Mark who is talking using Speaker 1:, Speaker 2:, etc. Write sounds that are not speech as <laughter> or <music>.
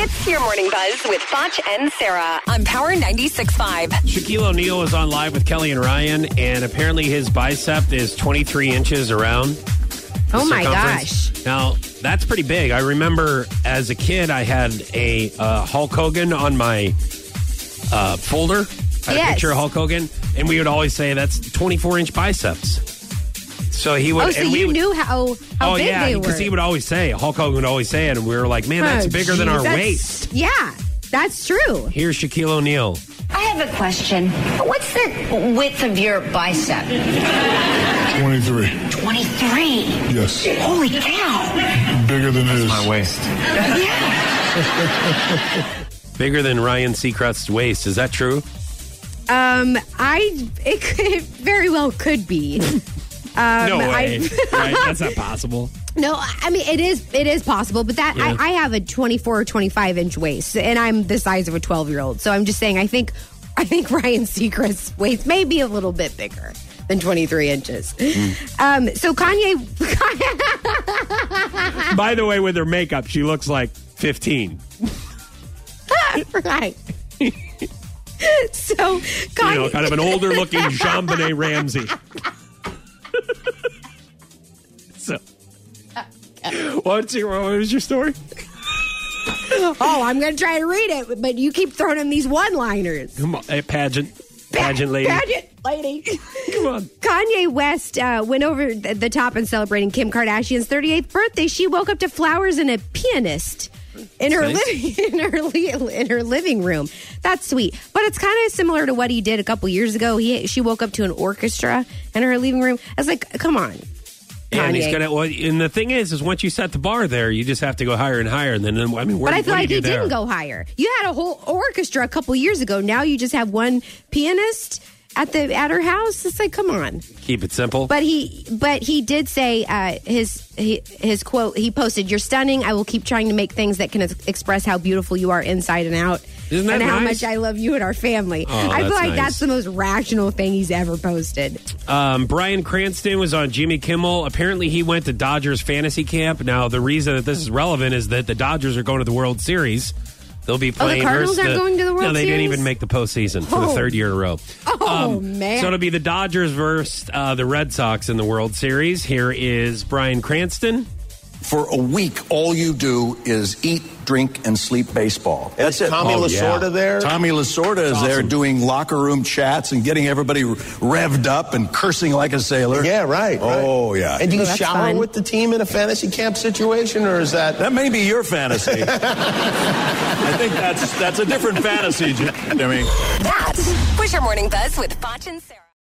Speaker 1: It's your morning buzz with Foch and Sarah on Power 96.5.
Speaker 2: Shaquille O'Neal was on live with Kelly and Ryan, and apparently his bicep is 23 inches around. the
Speaker 3: Oh my
Speaker 2: circumference.
Speaker 3: gosh.
Speaker 2: Now that's pretty big. I remember as a kid, I had a uh, Hulk Hogan on my uh, folder. I had
Speaker 3: Yes.
Speaker 2: a picture of Hulk Hogan, and we would always say that's 24 inch biceps. So he would.
Speaker 3: Oh, so
Speaker 2: and we
Speaker 3: you
Speaker 2: would-
Speaker 3: knew how, how
Speaker 2: oh
Speaker 3: big
Speaker 2: yeah,
Speaker 3: they were.
Speaker 2: because he would always say Hulk Hogan would always say it, and we were like, man, that's
Speaker 3: Oh,
Speaker 2: bigger than
Speaker 3: geez,
Speaker 2: our
Speaker 3: that's-
Speaker 2: waist.
Speaker 3: Yeah, that's true.
Speaker 2: Here's Shaquille O'Neal.
Speaker 4: I have a question. What's the width of your bicep?
Speaker 5: 23.
Speaker 4: 23.
Speaker 5: Yes.
Speaker 4: Holy cow.
Speaker 5: Bigger than his.
Speaker 2: <laughs>
Speaker 6: waist.
Speaker 2: Bigger than Ryan Seacrest's waist. Is that true?
Speaker 3: Um, I it, <laughs> could, it very well
Speaker 2: <laughs>
Speaker 3: could be. Um,
Speaker 2: no
Speaker 3: <laughs>
Speaker 2: way.
Speaker 3: I-
Speaker 2: right? That's not possible.
Speaker 3: no, I mean it is it is possible, but that
Speaker 2: Yeah.
Speaker 3: I, I have a 24 or 25 inch waist, and I'm the size of a 12 year old. So I'm just saying, I think I think <laughs> Ryan Seacrest's waist may be a little bit bigger than 23 inches.
Speaker 2: Mm.
Speaker 3: Um, so Kanye <laughs>
Speaker 2: By the way, with her makeup, she looks like 15. <laughs>
Speaker 3: right. so
Speaker 2: You
Speaker 3: Kanye,
Speaker 2: know, kind of an older
Speaker 3: <laughs>
Speaker 2: looking Jean Benet Ramsey. so.
Speaker 3: Uh,
Speaker 2: What's your, what was your story?
Speaker 3: oh, I'm going to try to read it, but you keep throwing in these one-liners.
Speaker 2: Come on, hey, pageant. Pageant lady.
Speaker 3: Pageant lady.
Speaker 2: Come on.
Speaker 3: Kanye West uh, went over th- the top in celebrating Kim Kardashian's 38th birthday. She woke up to flowers and a pianist in her
Speaker 2: Nice.
Speaker 3: living <laughs> in her li- in her living room. That's sweet, but it's kind of similar to what he did a couple years ago. He she woke up to an orchestra in her living room. I was like, come on,
Speaker 2: And he's
Speaker 3: Kanye.
Speaker 2: gonna. Well, and the thing is, is once you set the bar there, you just have to go higher and higher. And then, I mean, where,
Speaker 3: But I
Speaker 2: what do
Speaker 3: feel like
Speaker 2: you
Speaker 3: he
Speaker 2: do there?
Speaker 3: didn't go higher. You had a whole orchestra a couple years ago. Now you just have one pianist at the at her house. It's like, come on.
Speaker 2: Keep it simple.
Speaker 3: But he but he did say uh, his he, his quote. He posted, "You're stunning. I will keep trying to make things that can ex- express how beautiful you are inside and out."
Speaker 2: Isn't that
Speaker 3: and how
Speaker 2: nice?
Speaker 3: much I love you and our family.
Speaker 2: Oh,
Speaker 3: I feel
Speaker 2: that's
Speaker 3: like
Speaker 2: nice.
Speaker 3: that's the most rational thing he's ever posted.
Speaker 2: Um, Brian Cranston was on Jimmy Kimmel. Apparently, he went to Dodgers fantasy camp. Now, the reason that this is relevant is that the Dodgers are going to the World Series. They'll be playing.
Speaker 3: Oh, Cardinals
Speaker 2: versus
Speaker 3: aren't going to the World
Speaker 2: No, they didn't
Speaker 3: Series?
Speaker 2: even make the postseason for the
Speaker 3: Oh.
Speaker 2: third year in a row.
Speaker 3: <laughs> Oh, man.
Speaker 2: Um, So it'll be the Dodgers versus uh, the Red Sox in the World Series. Here is Brian Cranston.
Speaker 7: For a week, all you do is eat, drink, and sleep baseball. That's it.
Speaker 6: Tommy Lasorda there?
Speaker 7: Tommy Lasorda is there doing locker room chats and getting everybody revved up and cursing like a sailor.
Speaker 6: Yeah, right.
Speaker 7: Oh,
Speaker 6: right.
Speaker 7: yeah.
Speaker 6: And do you
Speaker 3: Oh, that's
Speaker 6: shower
Speaker 3: fun.
Speaker 6: with the team in a fantasy camp situation, or is that?
Speaker 7: that may be your
Speaker 6: <laughs>
Speaker 7: fantasy. I think that's that's a different fantasy, Jimmy.
Speaker 1: That was your morning buzz with Foch and Sarah.